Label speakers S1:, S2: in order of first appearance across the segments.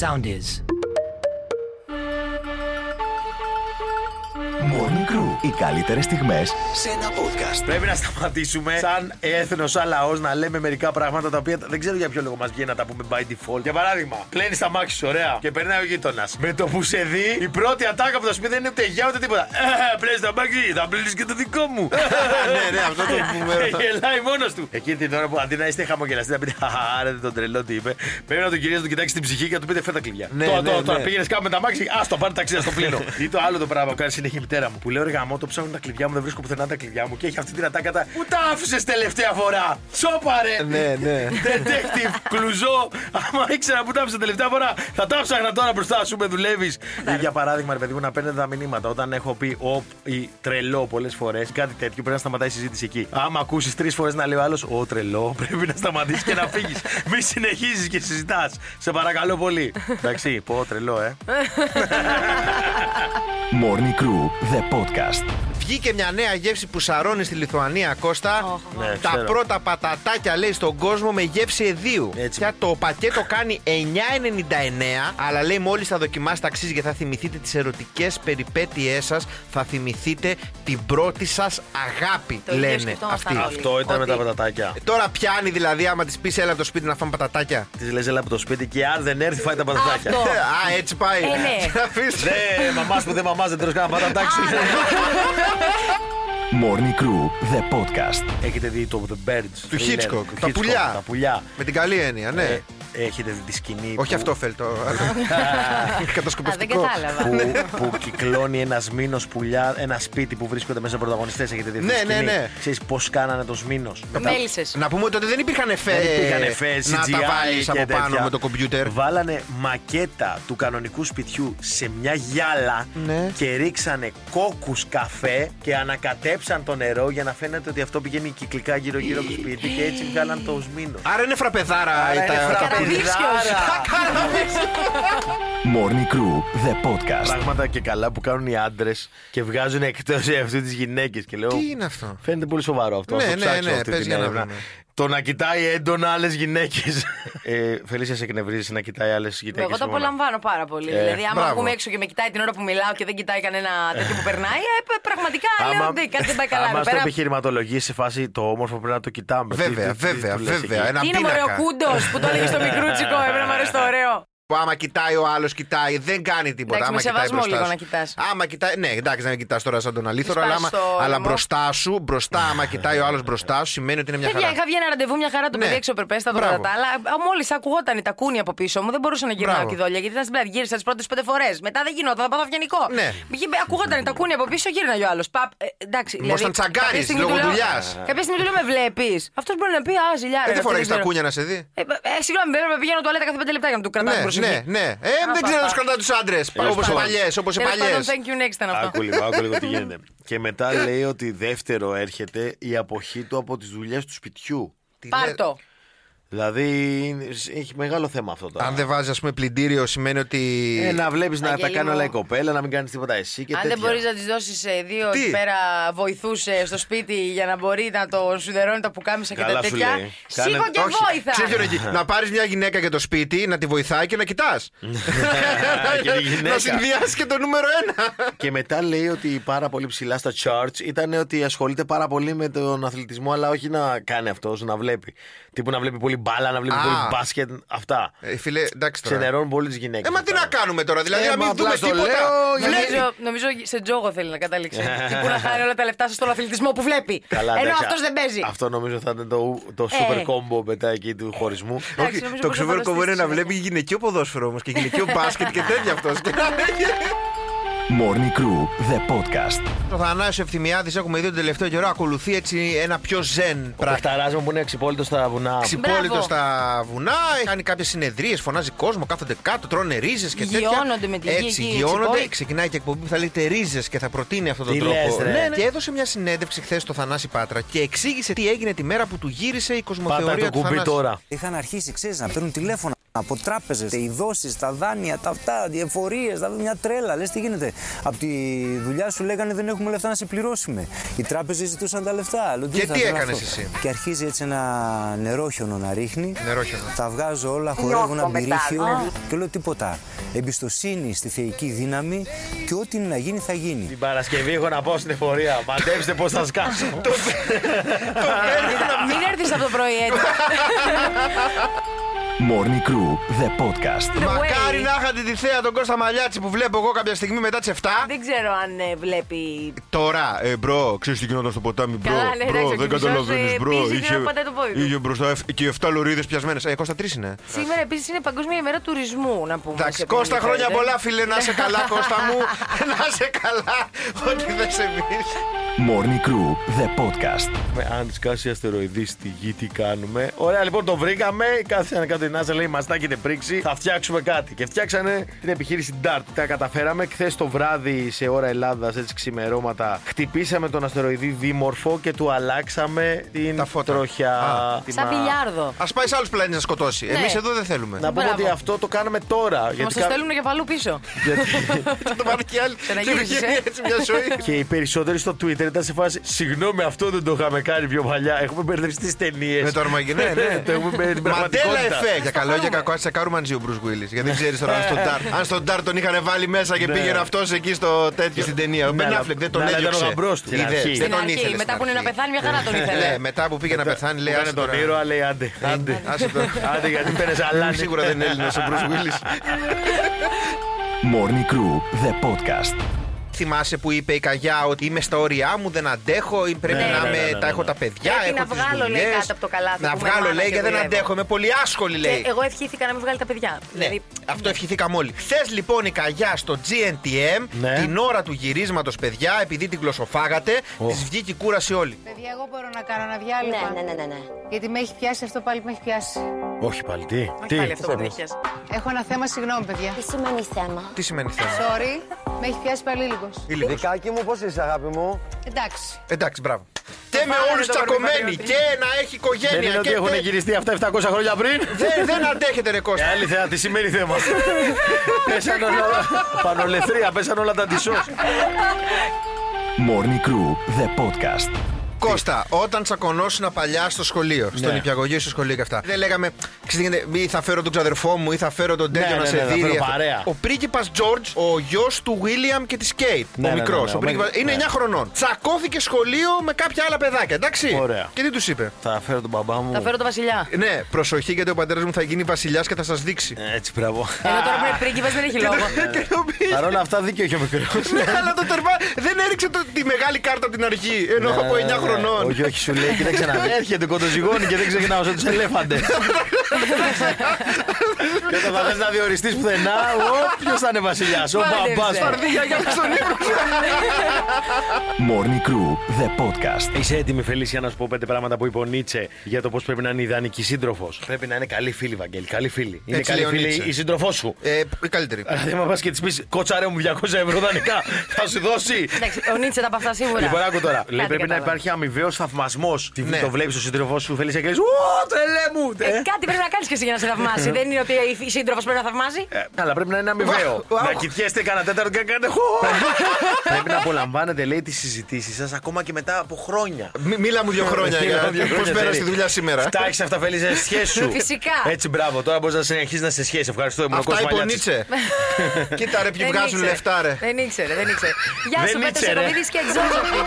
S1: sound is.
S2: Morning Crew. Οι καλύτερες στιγμές σε ένα podcast.
S3: Πρέπει να σταματήσουμε σαν έθνος, σαν λαός να λέμε μερικά πράγματα τα οποία δεν ξέρω για ποιο λόγο μας βγαίνει να τα πούμε by default. Για παράδειγμα, πλένει τα μάξι σου, ωραία, και περνάει ο γείτονας. Με το που σε δει, η πρώτη ατάκα που θα σου πει δεν είναι ούτε γεια ούτε τίποτα. Ε, πλένεις τα μάξι, θα πλύνεις και το δικό μου. Ε,
S4: ναι, ναι, αυτό το
S3: Και
S4: πούμε.
S3: Ε, Γελάει μόνος του. Εκείνη την ώρα που αντί να είστε χαμογελαστοί να πείτε Χαάρε τον τρελό τι είπε, πρέπει να τον κυρίως του κοιτάξει την ψυχή και να του πείτε φέτα κλειδιά.
S4: Ναι,
S3: Τώρα,
S4: ναι,
S3: τώρα, τώρα
S4: ναι.
S3: πήγαινες κάπου με τα μάξι, α το πάρει ταξίδι στο πλήνο. Ή το άλλο το πράγμα που κάνεις συνέχεια η μητέρα μου που λέω ρε γαμό, το ψάχνω τα κλειδιά μου, δεν βρίσκω πουθενά τα κλειδιά μου και έχει αυτή την ατάκα τα που τα άφησες τελευταία φορά. Τσόπαρε!
S4: Ναι, ναι.
S3: Detective κλουζό. Άμα ήξερα που τα άφησε τελευταία φορά, θα τα ψάχνα τώρα μπροστά σου με δουλεύεις. Ή Ε, για παράδειγμα, ρε παιδί μου, να παίρνετε τα μηνύματα. Όταν έχω πει οπ ή τρελό πολλές φορές, κάτι τέτοιο πρέπει να σταματάει η συζήτηση εκεί. Άμα ακούσεις τρεις φορές να λέει ο άλλος ο τρελό, πρέπει να σταματήσεις και να φύγεις. Μη συνεχίζεις και συζητάς. Σε παρακαλώ πολύ. Εντάξει, πω τρελό, ε.
S2: Morning Crew. The podcast.
S4: Βγήκε μια νέα γεύση που σαρώνει στη Λιθουανία, Κώστα.
S3: Ναι,
S4: τα
S3: ξέρω.
S4: πρώτα πατατάκια λέει στον κόσμο με γεύση εδίου.
S3: Έτσι.
S4: Πια το πακέτο κάνει 9,99, αλλά λέει μόλις θα δοκιμάσετε αξίζει και θα θυμηθείτε τις ερωτικές περιπέτειές σας, θα θυμηθείτε την πρώτη σας αγάπη,
S5: Το ίδιο
S4: λένε
S5: σκεφτόμασταν
S4: αυτοί.
S5: όλοι.
S3: Αυτό ήταν με τα
S5: Ότι-
S3: πατατάκια.
S4: Ε, Τώρα πιάνει δηλαδή, άμα τη πεις έλα από το σπίτι να φάμε πατατάκια.
S3: Τη λες, έλα από το σπίτι και αν δεν έρθει, φάει τα πατατάκια.
S5: Αυτό.
S4: Α, έτσι πάει.
S5: Ε, ναι.
S4: Να αφήσεις.
S3: Ναι, μαμάς που δεν μαμάς δεν τρως κανένα πατατάκι.
S2: Morning Crew. The podcast.
S3: Έχετε δει το The Birds
S4: Του
S3: thriller,
S4: Hitchcock.
S3: του
S4: Τα
S3: Hitchcock,
S4: πουλιά.
S3: Τα πουλιά.
S4: Με την καλή έννοια, ναι.
S3: Ε, έχετε δει τη σκηνή.
S4: Όχι
S3: που-
S4: αυτό φέλτο.
S5: Α, δεν
S4: Κατασκοπευτικό.
S5: κατάλαβα.
S3: Που,
S4: Ναι.
S3: που κυκλώνει ένας μήνος πουλιά, ένα σπίτι που βρίσκονται μέσα πρωταγωνιστές. Έχετε δει αυτή τη
S4: Ναι, ναι,
S3: σκηνή.
S4: ναι.
S3: Ξέρεις πώς κάνανε το μήνο.
S5: Μέλισσε.
S4: Να πούμε ότι τότε δεν υπήρχαν εφέ.
S3: Δεν υπήρχαν εφέ,
S4: Ε, Να
S3: CGI
S4: τα βάλει
S3: και
S4: από
S3: τέτοια.
S4: πάνω με το κομπιούτερ.
S3: Βάλανε μακέτα του κανονικού σπιτιού σε μια γυάλα
S4: Ναι.
S3: και ρίξανε κόκκους καφέ και ανακατέψαν το νερό για να φαίνεται ότι αυτό πηγαίνει κυκλικά γύρω-γύρω από το σπίτι και έτσι βγάλαν το σμήνο.
S4: Άρα είναι φραπεδάρα η τα- τα
S5: φραπεδάρα.
S4: πουλιά.
S2: Morning Crew. The podcast.
S3: Πράγματα και καλά που κάνουν οι άντρες και βγάζουν εκτός αυτούς τις γυναίκες. Και λέω.
S4: Τι είναι αυτό.
S3: Φαίνεται πολύ σοβαρό αυτό.
S4: Ναι,
S3: Ας το
S4: ναι,
S3: ψάξω
S4: ναι,
S3: αυτή
S4: πες
S3: την
S4: για να
S3: έρευνα.
S4: δούμε.
S3: Το να κοιτάει έντονα άλλες γυναίκες. ε, Φελίσια σε εκνευρίζεις να κοιτάει άλλες γυναίκες.
S5: Εγώ το απολαμβάνω πάρα πολύ.
S3: Ε,
S5: δηλαδή, άμα
S4: μπράβο.
S5: βγούμε έξω και με κοιτάει την ώρα που μιλάω και δεν κοιτάει κανένα τέτοιο που περνάει, ε, πε- πραγματικά λέω ότι κάτι δεν πάει καλά.
S3: Άμα
S5: εδώ
S3: στο
S5: πέρα.
S3: επιχειρηματολογεί σε φάση το όμορφο πρέπει να το κοιτάμε. Τι-
S4: Βέβαια,
S3: τι- τι
S4: βέβαια,
S3: του λες εκεί.
S4: βέβαια. Ένα
S5: Τι είναι μωρέ ο
S4: πίνακα.
S5: κούντος που το έλεγε στο μικρούτσικο, εμένα μου αρέσει το ωραίο.
S4: Που άμα κοιτάει ο άλλος, κοιτάει. Δεν κάνει τίποτα.
S5: Εντάξει,
S4: άμα
S5: με
S4: κοιτάει
S5: σεβασμό
S4: μπροστά
S5: λίγο
S4: σου.
S5: να κοιτάς.
S4: Άμα κοιτάει. Ναι, εντάξει, να μην κοιτάς τώρα σαν τον αλήθωρο, αλλά, άμα,
S5: Σπάς το
S4: αλλά
S5: λαιμό.
S4: μπροστά σου, μπροστά, άμα κοιτάει ο άλλος μπροστά σου, σημαίνει ότι είναι μια
S5: Παιδιά,
S4: χαρά.
S5: είχα βγει ένα ραντεβού μια χαρά το
S4: Ναι.
S5: παιδί εξωπερπέστατο
S4: Μπράβο.
S5: κατά τα άλλα. Μόλις ακουγόταν η τακούνη από πίσω μου, δεν μπορούσα να γυρνάω
S4: Μπράβο.
S5: κηδόλια γιατί ήταν στην πλάτη. Γύρισα τις πρώτες πέντε φορές. Μετά δεν γινόταν, θα πάω αυγενικό.
S4: Ναι.
S5: Ακουγόταν η τακούνη από πίσω, γύρναγε ο άλλος. Παπ. ε, εντάξει.
S4: Μπορείς να τσαγκάρεις
S5: κάποια στιγμή
S4: λόγω
S5: του λέω-
S4: δουλειάς.
S5: Κάποια στιγμή του λέω με βλέπεις. Αυτός μπορεί να πει Α, ζηλιά.
S4: Ε,
S5: ρε,
S4: Δεν
S5: αυτό
S4: φοράει τα
S5: ξέρω».
S4: κούνια να σε δει.
S5: Ε, ε, συγγνώμη, πρέπει πηγαίνω τουαλέτα κάθε πέντε λεπτά για να του κρατάω
S4: Ναι,
S5: την προσοχή.
S4: ναι, ναι. Ε,
S5: Α,
S4: δεν
S5: πα,
S4: ξέρω να
S5: πα.
S4: του κρατά τους άντρες. Όπως οι
S5: Τέλος
S4: παλιές, όπως οι
S5: Τέλος
S4: παλιές.
S5: πάντων, Thank you next ήταν αυτό.
S3: Άκου λίγο, άκου λίγο τι γίνεται. Και μετά λέει ότι δεύτερο έρχεται η αποχή του από τις δουλειές του σπιτιού.
S5: Πάρτο.
S3: Δηλαδή είναι- έχει μεγάλο θέμα αυτό τώρα.
S4: Αν δεν βάζει, ας πούμε, πλυντήριο, σημαίνει ότι.
S3: Ε, να βλέπεις να τα
S5: Αγγέλη
S3: κάνει
S5: μου.
S3: όλα η κοπέλα, να μην κάνεις τίποτα εσύ και
S5: Αν
S3: τέτοια.
S5: δεν μπορείς να τη δώσει δύο
S4: Τι?
S5: εκεί πέρα βοηθού στο σπίτι για να μπορεί να το σιδερώνει τα πουκάμισα και
S3: Καλά
S5: τα
S3: σου
S5: τέτοια.
S3: λέει.
S5: Σίγουρα
S3: Κάνε-
S5: και βόηθα.
S4: Ξέρεις ποιο είναι εκεί. Να πάρεις μια γυναίκα για το σπίτι, να τη βοηθάει και να κοιτάς.
S3: Και τη γυναίκα.
S4: να συνδυάσει και το νούμερο ένα.
S3: Και μετά λέει ότι πάρα πολύ ψηλά στα charts ήταν ότι ασχολείται πάρα πολύ με τον αθλητισμό, αλλά όχι να κάνει αυτός, να βλέπει. Τύπου να βλέπει πολύ μπάλα, να βλέπεις
S4: Α.
S3: πολύ μπάσκετ. Αυτά.
S4: Ε, φίλε, εντάξει τώρα.
S3: Ξενερώνουν πολύ τις γυναίκες.
S4: Ε, μα τι να κάνουμε τώρα, δηλαδή
S3: Ε,
S4: να
S3: μα
S4: μην
S3: απλά
S4: δούμε
S3: στο
S4: τίποτα.
S3: λέω,
S4: Βλέπει.
S5: Νομίζω, νομίζω σε τζόγο θέλει να καταλήξει. και που να χάνει όλα τα λεφτά σου στον αθλητισμό που βλέπει. Ενώ αυτό δεν παίζει.
S3: Αυτό νομίζω θα ήταν το, το
S5: Ε.
S3: super combo μετά εκεί του χωρισμού.
S5: Εντάξει, νομίζω
S4: το
S5: μπορείς να
S4: ξεβέρκο
S5: φανταστείς
S4: μπορεί να
S5: συνέχεια.
S4: βλέπει γυναικείο ποδόσφαιρο όμως και γυναικείο μπάσκετ και τέτοια αυτός.
S2: Morning Crew. The podcast.
S4: Το Θανάσιο Ευθυμιάδης έχουμε δει τον τελευταίο καιρό ακολουθεί έτσι ένα πιο ζεν πράγμα.
S3: Πρακταράς μου που είναι ξυπόλυτο στα βουνά.
S4: Ξυπόλυτο
S5: Μπράβο.
S4: στα βουνά, έχει κάνει κάποιες συνεδρίες, φωνάζει κόσμο, κάθονται κάτω, τρώνε ρίζες και τέτοια.
S5: Γιώνονται με τη γη
S4: Έτσι,
S5: εκεί, οι
S4: γιώνονται.
S5: τσιπόλοι.
S4: Ξεκινάει και εκπομπή που θα λέγεται ρίζες και θα προτείνει αυτόν τον
S3: Τι
S4: τρόπο.
S3: λες, ρε.
S4: Ναι, ναι. Και έδωσε μια συνέντευξη χθες στο Θανάση Πάτρα και εξήγησε τι έγινε τη μέρα που του γύρισε η
S3: Πάτα
S4: κοσμοθεωρία
S3: το
S4: του
S3: κουμπί
S4: Θανάση.
S3: τώρα.
S6: Είχαν αρχίσει, ξέρεις, να παίρνουν τηλέφωνα. Από τράπεζες, οι δόσεις, τα δάνεια, τα αυτά, οι εφορίες, μια τρέλα. Λες τι γίνεται. Από τη δουλειά σου λέγανε δεν έχουμε λεφτά να σε πληρώσουμε. Οι τράπεζες ζητούσαν τα λεφτά. Λέω,
S4: Και
S6: θα
S4: τι
S6: κάνω
S4: έκανες
S6: αυτό.
S4: εσύ?
S6: Και αρχίζει έτσι ένα νερόχιονο να ρίχνει.
S4: Νερόχιονο.
S6: Τα βγάζω όλα, χορεύω ένα μπυρίχιο και λέω τίποτα. Εμπιστοσύνη στη θεϊκή δύναμη και ό,τι είναι να γίνει θα γίνει.
S3: Την Παρασκευή έχω να πάω στην εφορία. Μαντέψτε πώς θα σκάσω.
S7: Μην έρθεις από το πρωί
S5: ε,
S7: έτσι.
S2: Morning Crew, the podcast.
S4: Μακάρι να είχατε τη θέα τον Κώστα Μαλιάτση που βλέπω εγώ κάποια στιγμή μετά τις 7.
S5: Δεν ξέρω αν ε, βλέπει.
S4: Τώρα, ε, μπρο, ξέρεις τι γινόταν στο ποτάμι, μπρο.
S5: Καλά, ναι,
S4: μπρο,
S5: εντάξει, ο
S4: δεν
S5: Κυψός,
S4: καταλαβαίνεις,
S5: ε,
S4: μπρο.
S5: πίζει, ξέρω, πατάει το πόδι του.
S4: είχε μπροστά εφ- και 7 λωρίδες πιασμένες. Ε, Κώστα, τρεις είναι.
S5: Σήμερα επίσης είναι Παγκόσμια ημέρα τουρισμού, να πούμε.
S4: Εντάξει,
S5: σε ε.
S4: Κώστα,
S5: πολύ
S4: χρόνια
S5: θέλετε.
S4: πολλά, φίλε, να είσαι καλά, Κώστα μου. να είσαι καλά, ό,τι δεν σε βρει.
S2: Morning Crew, the podcast.
S3: Με, αν σκάσει αστεροειδή στη γη, τι κάνουμε. Ωραία, λοιπόν, το βρήκαμε. Κάθισαν κάτω η NASA, λέει: Μα τα έχετε πρίξει. Θα φτιάξουμε κάτι. Και φτιάξανε την επιχείρηση DART. Τα καταφέραμε. Χθες το βράδυ, σε ώρα Ελλάδας, έτσι ξημερώματα, χτυπήσαμε τον αστεροειδή δίμορφο και του αλλάξαμε την
S4: Τα φώτα.
S3: τροχιά.
S4: Α.
S3: Τη
S7: Σαν
S3: μα-
S7: πιλιάρδο.
S4: Ας πάει σε άλλους πλανήτες να
S7: Ναι.
S4: σκοτώσει. Εμείς εδώ δεν
S3: Να
S4: θέλουμε.
S3: πούμε
S7: Μπράβο.
S3: ότι αυτό το κάναμε τώρα.
S7: Μα το
S3: κα-
S7: στέλνουν για παλού πίσω.
S3: γιατί-
S4: Θα το πάρει και άλλοι.
S7: Ξαναγύρισε.
S4: Και βγαίνει Έτσι μια ζωή.
S3: και οι περισσότεροι στο Twitter ήταν σε φάση Συγγνώμη, αυτό δεν το είχαμε κάνει πιο παλιά. Έχουμε μπερδευτεί στις ταινίες.
S4: Με το αρμαγινέ, ναι.
S3: Το έχουμε μπερδευτεί.
S4: Μαντέλα εφέ. Για καλό για κακό, σε καρουμαντζή ο Μπρουζ Γουίλι. Γιατί δεν ξέρεις τώρα αν
S7: Ναι.
S4: στον Τάρ. Αν στον Τάρ τον είχαν βάλει μέσα και
S3: Ναι.
S4: πήγαινε αυτός εκεί στο τέτοιο στην ταινία. Ο
S3: Ναι,
S4: Μπεν
S3: αλλά-
S4: Αφλεκ δεν τον
S3: ναι, αλλά ήταν
S4: έδιωξε.
S3: ο γαμπρός του στην
S4: Είδες,
S3: αρχή.
S4: Δεν
S7: Στην
S4: τον
S7: αρχή,
S4: ήθελε.
S7: μετά
S4: στην
S7: που είναι να
S4: αρχή.
S7: πεθάνει, μια χαρά τον
S4: Ναι,
S7: ήθελε.
S4: μετά που πήγε να πεθάνει, λέει.
S3: Κάνε
S4: άσε
S3: τον
S4: τώρα. Ε,
S3: ήρωα, λέει άντε. Άντε,
S4: Άσε το.
S3: άντε γιατί Ε, παίρνει αλάνι.
S4: Σίγουρα δεν είναι Έλληνας ο Μπρουζ Γουίλι.
S2: Morning Crew, the podcast.
S4: Θυμάσαι που είπε η Καγιά ότι είμαι στα όρια μου, δεν αντέχω, ή πρέπει
S3: Ναι,
S4: να
S3: ναι,
S4: είμαι-
S3: ναι, ναι,
S4: τα
S3: ναι.
S4: έχω τα παιδιά,
S5: Πρέπει
S4: έχω
S5: να
S4: τις
S5: βγάλω, λέει,
S4: δουλειές.
S5: κάτω από το καλάθι
S4: Να
S5: που με
S4: βγάλω,
S5: μάνα
S4: λέει,
S5: και
S4: και δεν
S5: δουλεύω.
S4: αντέχω, είμαι πολύ άσχολη, λέει.
S5: Και Ε, εγώ ευχήθηκα να μην βγάλει τα παιδιά.
S4: Ε, Ναι,
S5: Δηλαδή,
S4: αυτό ευχηθήκαμε όλοι. Χθε λοιπόν η Καγιά στο GNTM,
S3: Ναι.
S4: την ώρα του γυρίσματος, παιδιά, επειδή την κλωσοφάγατε,
S3: Ω.
S4: της βγήκε η κούραση όλη.
S8: Παιδιά, εγώ μπορώ να κάνω ένα διάλειμμα.
S9: Ναι, ναι, ναι, ναι, ναι.
S8: Γιατί με έχει πιάσει αυτό πάλι που με έχει πιάσει.
S3: Όχι πάλι, τι.
S5: Όχι πάλι αυτό που έχεις.
S8: Έχω ένα θέμα, συγγνώμη, παιδιά.
S9: Τι σημαίνει θέμα.
S4: Τι σημαίνει θέμα.
S8: Sorry, με έχει πιάσει πάλι λίγο.
S4: Ή λίγος.
S8: Εντάξει.
S4: Εντάξει, μπράβο. Και με
S5: βάλανε
S4: όλους
S5: το
S4: τσακωμένοι
S5: κορμί
S4: και να έχει
S3: Δεν είναι
S4: οικογένεια
S3: ότι
S4: και.
S3: έχουν
S4: δεν-
S3: γυριστεί αυτά 700 χρόνια πριν.
S4: Δεν, δεν αντέχετε ρε
S3: Και
S4: Κώστα.
S3: Ε, άλλη θεά, τι σημαίνει θέμα. Πέσαν όλα. Πανολεθρία, πέσαν όλα τα ντισό.
S2: Morning Crew, the podcast.
S4: Κώστα, όταν τσακωνόσουν παλιά στο σχολείο, στον
S3: Ναι.
S4: υπηαγωγείο, στο σχολείο και αυτά. Δεν λέγαμε, ξέρετε, τι γίνεται, ή θα φέρω τον ξαδερφό μου, ή θα φέρω τον τέτοιο
S3: Ναι,
S4: να
S3: ναι,
S4: σε
S3: ναι, θα
S4: δει.
S3: φέρω
S4: ή αυτό.
S3: παρέα.
S4: Ο πρίγκιπας Τζορτζ, ο γιος του Βίλιαμ και της Κέιτ.
S3: Ναι,
S4: ο
S3: ναι, ναι,
S4: μικρός.
S3: ναι, ναι, ναι.
S4: είναι
S3: Ναι.
S4: 9 χρονών. Τσακώθηκε σχολείο με κάποια άλλα παιδάκια, εντάξει.
S3: Ωραία.
S4: Και τι τους είπε.
S3: Θα φέρω τον μπαμπά
S7: Θα
S3: μου.
S7: φέρω το βασιλιά.
S4: Ναι, προσοχή γιατί ο πατέρας μου θα γίνει βασιλιάς και θα σας δείξει.
S3: Ε, Έτσι, μπράβο.
S7: Ενώ τώρα που είναι πρίγκιπας δεν έχει λόγο.
S3: Ναι.
S4: Και το πει.
S3: Παρ' όλα αυτά, δίκιο έχει ο μικρός.
S4: Ναι, αλλά το τερμά δεν έριξε το- τη μεγάλη κάρτα από την αρχή. Ενώ
S3: Ναι,
S4: από 9 χρονών.
S3: Ε, Όχι, όχι, σου λέει και δεν ξαναδεί. Έρχεται κοντοζυγόνι και δεν ξεκινάω σαν τους ελέφαντες. Και όταν θα θες να διοριστείς πουθενά, ποιο θα είναι βασιλιάς, ο
S7: Πάντεψε.
S3: μπαμπά.
S4: Παρδία για να στον ύπνο σου.
S2: Morning Crew, the podcast.
S3: Είσαι έτοιμη, Φελίσια, να σου πω πέντε πράγματα που είπε ο Νίτσε για το πώς πρέπει να είναι ιδανική σύντροφος. Πρέπει να είναι καλή φίλη, Βαγγέλη. Καλή φίλη. Είναι
S4: Έτσι
S3: καλή
S4: λέει ο
S3: φίλη
S4: Νίτσε.
S3: η σύντροφός σου.
S4: Ε, η καλύτερη.
S3: Αλλά δεν μας πας και της πεις κότσαρε μου 200 ευρώ δανεικά. θα σου δώσει.
S7: Εντάξει, ο Νίτσε τα από αυτά σίγουρα.
S3: Λοιπόν, άκου τώρα. Λέει
S7: Κάτι
S3: πρέπει να
S7: κατάλαβα.
S3: υπάρχει αμοιβαίος θαυμασμός.
S4: Ναι.
S3: Το βλέπεις ο σύντροφός σου, Φελίσια, και λες: Ω, τρελέ μου!
S7: Ε,
S3: ε».
S7: κάτι πρέπει να κάνεις και εσύ για να σε θαυμάσει. δεν είναι ότι η σύντροφος πρέπει να θαυμάζει.
S3: Ε, αλλά πρέπει να είναι αμοιβαίο.
S4: Βα-
S3: να
S4: βα-
S3: κοιτιέστε κανένα τέταρτο και να κάνετε. χω. πρέπει να απολαμβάνετε, λέει, τις συζητήσεις σας ακόμα και μετά από χρόνια.
S4: Μι- Μίλα μου δύο χρόνια
S3: Ναι, Μίλα μου δύο
S4: για πώς
S3: χρόνια, ναι.
S4: πέρασε τη
S3: Τέρι.
S4: δουλειά σήμερα. ε?
S3: Φτάξει αυτά, Φελή, σε σχέση σου.
S7: Φυσικά.
S3: Έτσι, μπράβο. Τώρα μπορείς να συνεχίσεις να σε σχέση. Ευχαριστώ, ήμουν ο
S4: Αυτά
S3: Κώστα
S4: είπε ο
S3: Μαλιάτσης.
S4: Νίτσε. Κοίτα
S5: Ε,
S4: ρε,
S3: Ε,
S4: ποιοι
S7: Δεν
S4: βγάζουν
S7: ήξερε.
S4: λεφτά ρε.
S7: Δεν ήξερε, δεν ήξερε. Γεια
S3: Δεν Ναι.
S7: σου, Πέτρο
S3: ήξερε.
S7: Σεροβίδη και Τζόζεφι.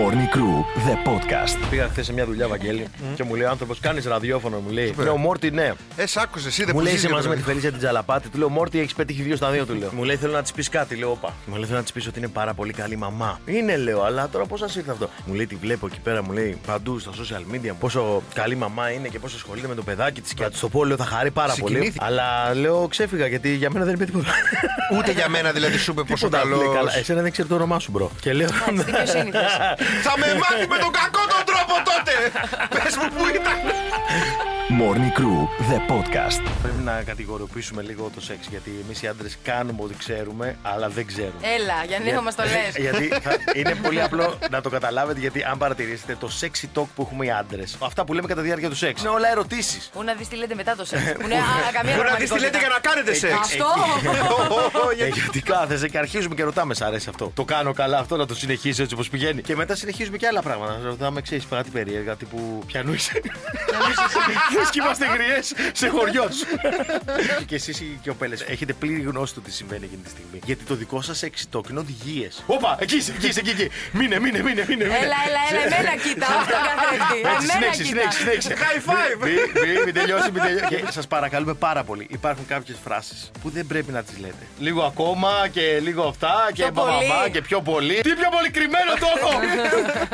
S2: Morning Crew, the podcast.
S3: Πήγα χθες σε μια δουλειά, Βαγγέλη, και μου λέει ο άνθρωπος: Κάνεις ραδιόφωνο, μου λέει. Λέω Μόρτι, ναι.
S4: Ε, σ' άκουσες, εσύ δεν
S3: Μου λέει
S4: πουλήσεις
S3: είσαι μαζί με
S4: για το
S3: τη Φελίσια την Τζαλαπάτη. Του λέω Μόρτι, έχεις πετύχει δύο στα δύο, του λέω. Μου λέει θέλω να της πεις κάτι, λέω όπα. Μου λέει θέλω να της πεις ότι είναι πάρα πολύ καλή μαμά. Είναι, λέω, αλλά τώρα πώς σας ήρθε αυτό. Μου λέει τη βλέπω εκεί πέρα, μου λέει παντού στα social media πόσο καλή μαμά είναι και πόσο ασχολείται με το παιδάκι της. Και να της το πω, λέω θα χαρεί πάρα πολύ.
S4: Συγκινήθηκε.
S3: Αλλά λέω ξέφυγα γιατί για μένα δεν είπε τίποτα.
S4: βράδυ. Ούτε για μένα δηλαδή σου είπε πόσο
S3: Τίποτα. Λέει,
S4: καλό.
S3: καλά, Εσένα δεν ξέρει το όνομά σου, μπρο. Και λέω.
S7: Εντάξει, δικαιοσύνη θες.
S3: Ε,
S4: Θα με μάθει με τον κακό τον τρόπο τότε. Πες μου που ήταν.
S2: Morning Crew, the podcast.
S3: Πρέπει να κατηγοριοποιήσουμε λίγο το σεξ. Γιατί εμείς οι άντρες κάνουμε ό,τι ξέρουμε, αλλά δεν ξέρουμε.
S5: Έλα, για να μας το λες.
S3: γιατί θα- είναι πολύ απλό να το καταλάβετε, γιατί αν παρατηρήσετε το sexy talk που έχουμε οι άντρες, αυτά που λέμε κατά τη διάρκεια του σεξ, είναι όλα ερωτήσεις.
S5: Πού να δεις τι λέτε μετά το σεξ. Που είναι α, καμία
S4: Μπορεί να δεις τι λέτε για να κάνετε σεξ.
S5: Αυτό!
S3: Ε, γιατί κάθεσαι και αρχίζουμε και ρωτάμε, σ' αρέσει αυτό. Το κάνω καλά αυτό, να το συνεχίσω έτσι όπως πηγαίνει. Και μετά συνεχίζουμε και άλλα πράγματα. Να ρωτάμε, ξέρεις κάτι περίεργα, τύπου πιανού είσαι. Λες και είμαστε γριές σε χωριός σου. και εσείς οι κοπέλε έχετε πλήρη γνώση του τι συμβαίνει εκείνη τη στιγμή. Γιατί το δικό σας εξητό είναι οδηγίες. Όπα, εκεί είσαι, εκεί είσαι, εκεί, εκεί. Μείνε, μείνε, μείνε, μείνε. μείνε.
S5: Έλα, έλα, έλα, εμένα κοίτα. Αυτό καθρέφτη.
S3: Έτσι,
S5: Εμένα
S3: συνέχισε,
S5: κοίτα.
S3: συνέχισε, συνέχισε.
S4: High five.
S3: Μη, μη, μη τελειώσει, μη τελειώσει. Και σας παρακαλούμε πάρα πολύ. Υπάρχουν κάποιες φράσεις που δεν πρέπει να τις λέτε. Λίγο ακόμα και λίγο αυτά και
S5: Πιο πολύ.
S3: μπαμπαμά και πιο πολύ. Τι πιο πολύ κρυμμένο το έχω!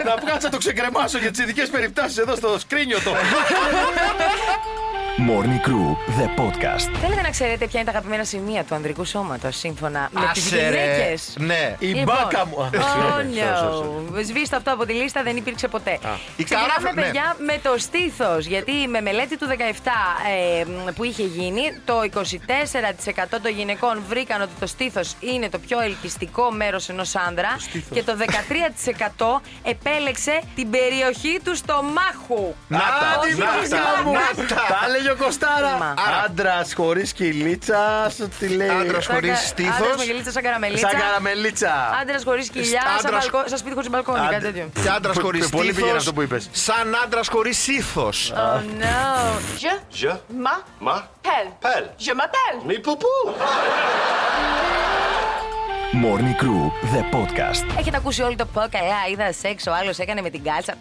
S3: να βγάλω να το ξεκρεμάσω για τις ειδικές περιπτώσεις εδώ στο σκρίνιο το.
S2: Morning Crew, the podcast.
S5: Θέλετε να ξέρετε ποια είναι τα αγαπημένα σημεία του ανδρικού σώματος σύμφωνα με τι
S4: Άσε, ρε.
S5: γυναίκες.
S4: Ναι.
S3: Η
S5: Λοιπόν,
S3: μπάκα μου. Α,
S5: Oh
S3: συγγνώμη, sorry, sorry.
S5: no. Σβήστε αυτό από τη λίστα, δεν υπήρξε ποτέ.
S4: Η
S5: Ξεκινάμε,
S4: καράφλα, ναι.
S5: παιδιά, με το στήθος. Γιατί με μελέτη του 17 ε, μ, που είχε γίνει, το 24% των γυναικών βρήκαν ότι το στήθος είναι το πιο ελκυστικό μέρος ενός άντρα. Και το 13% επέλεξε την περιοχή του στομάχου.
S3: Να τα,
S5: Όχι,
S3: να
S5: όχι,
S3: τα,
S5: όχι, όχι.
S3: να τα. Τα έλεγε ο Κωστάρα.
S5: Μα.
S3: Άντρας χωρίς κυλίτσα, σου τη λέει.
S4: Άντρας
S5: Σαν
S4: χωρί
S5: κα-
S4: στήθος.
S5: Άντρας με γελίτσα σαν καραμελίτσα.
S3: Σαν καραμελίτσα.
S5: Άντρας χωρίς κοιλιά,
S4: Σ-
S5: σαν,
S4: άντρας-
S5: μπαλκό- σαν σπίτι χωρίς μπαλκόνι, κάτι
S3: Άντε.
S5: τέτοιο.
S4: Και άντρας
S3: Πο-
S4: χωρίς
S3: πολύ πήγαινε
S4: στήθος.
S3: αυτό που είπες.
S4: Σαν άντρας χωρίς ήθος.
S5: Oh no.
S9: Je. Je. Ma. Ma. Pelle. Pelle. Je m'appelle. Mais poupou.
S2: Morning Crew, the podcast.
S5: Έχετε ακούσει όλοι το πω καλά, είδα σεξ, ο άλλος έκανε με την κάλτσα.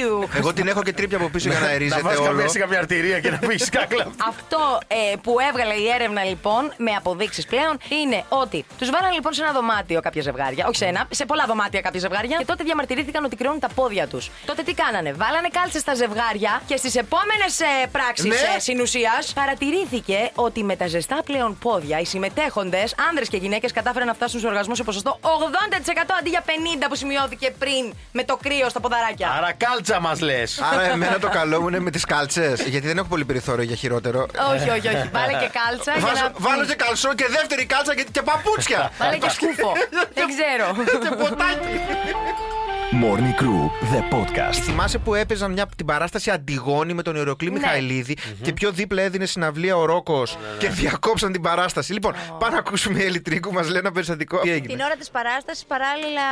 S5: Ιου.
S4: Εγώ την έχω και τρίπια από πίσω για να
S3: Να
S4: ερίζεται
S3: βάζεις
S4: όλο.
S3: καμία σε καμία αρτηρία και να φύγεις κάκλα.
S5: Αυτό ε, που έβγαλε η έρευνα λοιπόν με αποδείξεις πλέον είναι ότι τους βάλανε λοιπόν σε ένα δωμάτιο κάποια ζευγάρια. Όχι σε ένα, σε πολλά δωμάτια κάποια ζευγάρια. Και τότε διαμαρτυρήθηκαν ότι κρυώνουν τα πόδια τους. Τότε τι κάνανε, βάλανε κάλτσε στα ζευγάρια και στις επόμενες πράξεις
S4: Ναι.
S5: ε, συνουσία παρατηρήθηκε ότι με τα ζεστά πλέον πόδια οι συμμετέχοντες, άνδρες και γυναίκες, κατάφεραν να φτάσουν στο οργασμός σε ποσοστό 80% αντί για 50% που σημειώθηκε πριν με το κρύο στα ποδαράκια.
S3: Άρα κάλτσα μας λες.
S4: Άρα εμένα το καλό μου είναι με τις κάλτσες. Γιατί δεν έχω πολύ περιθώριο για χειρότερο.
S5: Όχι, όχι, όχι. Βάλε και κάλτσα. για
S4: Ε, Βάζω-
S5: να-
S4: Βάλω και καλσό και δεύτερη κάλτσα και, και παπούτσια.
S5: Βάλε και σκούφο. Δεν ξέρω.
S4: και ποτάκι.
S2: Morning Crew, the podcast.
S4: Θυμάσαι που έπαιζαν μια, την παράσταση Αντιγόνη με τον Ιωροκλή Μιχαηλίδη και πιο δίπλα έδινε συναυλία ο Ρόκος και διακόψαν την παράσταση. Λοιπόν, πάμε να ακούσουμε η Ελιτρίκου, μα λέει ένα περιστατικό. Τι έγινε.
S10: Την ώρα της παράστασης, παράλληλα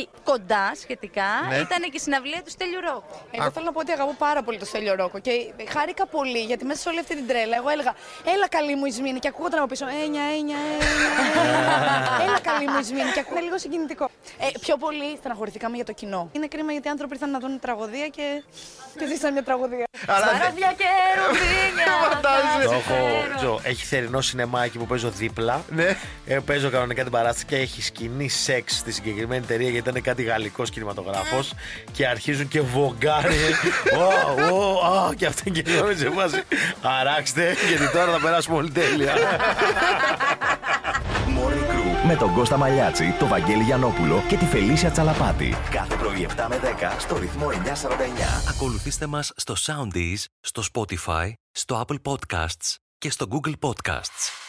S10: ή- κοντά σχετικά,
S4: Ναι.
S10: ήταν και η συναυλία του Στέλιου Ρόκου.
S8: Ε, Εγώ θέλω να πω ότι αγαπώ πάρα πολύ το Στέλιο Ρόκο και χάρηκα πολύ γιατί μέσα σε όλη αυτή την τρέλα εγώ έλεγα Έλα καλή μου Ισμήνη και ακούγονταν από πίσω Ένια, ένια, ένια. Έλα καλή μου Ισμήνη και ακούγονταν λίγο συγκινητικό. Ε, πιο πολύ στεναχωρηθήκαμε για το κοινό. Είναι κρίμα γιατί οι άνθρωποι ήρθαν να δουν τραγωδία και, και ζήσαν μια τραγωδία.
S4: Αλλά
S5: Βαράδια και ρουβίνια.
S4: φαντάζεσαι.
S3: Το έχω, Τζο, έχει θερινό σινεμάκι που παίζω δίπλα.
S4: Ναι.
S3: Ε, παίζω κανονικά την παράσταση και έχει σκηνή σεξ στη συγκεκριμένη εταιρεία γιατί ήταν κάτι γαλλικός κινηματογράφος.
S4: Ε.
S3: Και αρχίζουν και βογκάρει. Ω, ω, α, και αυτό και λέω σε βάση. Αράξτε, γιατί τώρα θα περάσουμε όλη τέλεια.
S2: Morning Crew με τον Κώστα Μαλιάτση, τον Βαγγέλη Γιανόπουλο και τη Φελίσια Τσαλαπάτη. Κάθε πρωί 7 με 10 στο ρυθμό 949.
S11: Ακολουθήστε μας στο Soundees, στο Spotify, στο Apple Podcasts και στο Google Podcasts.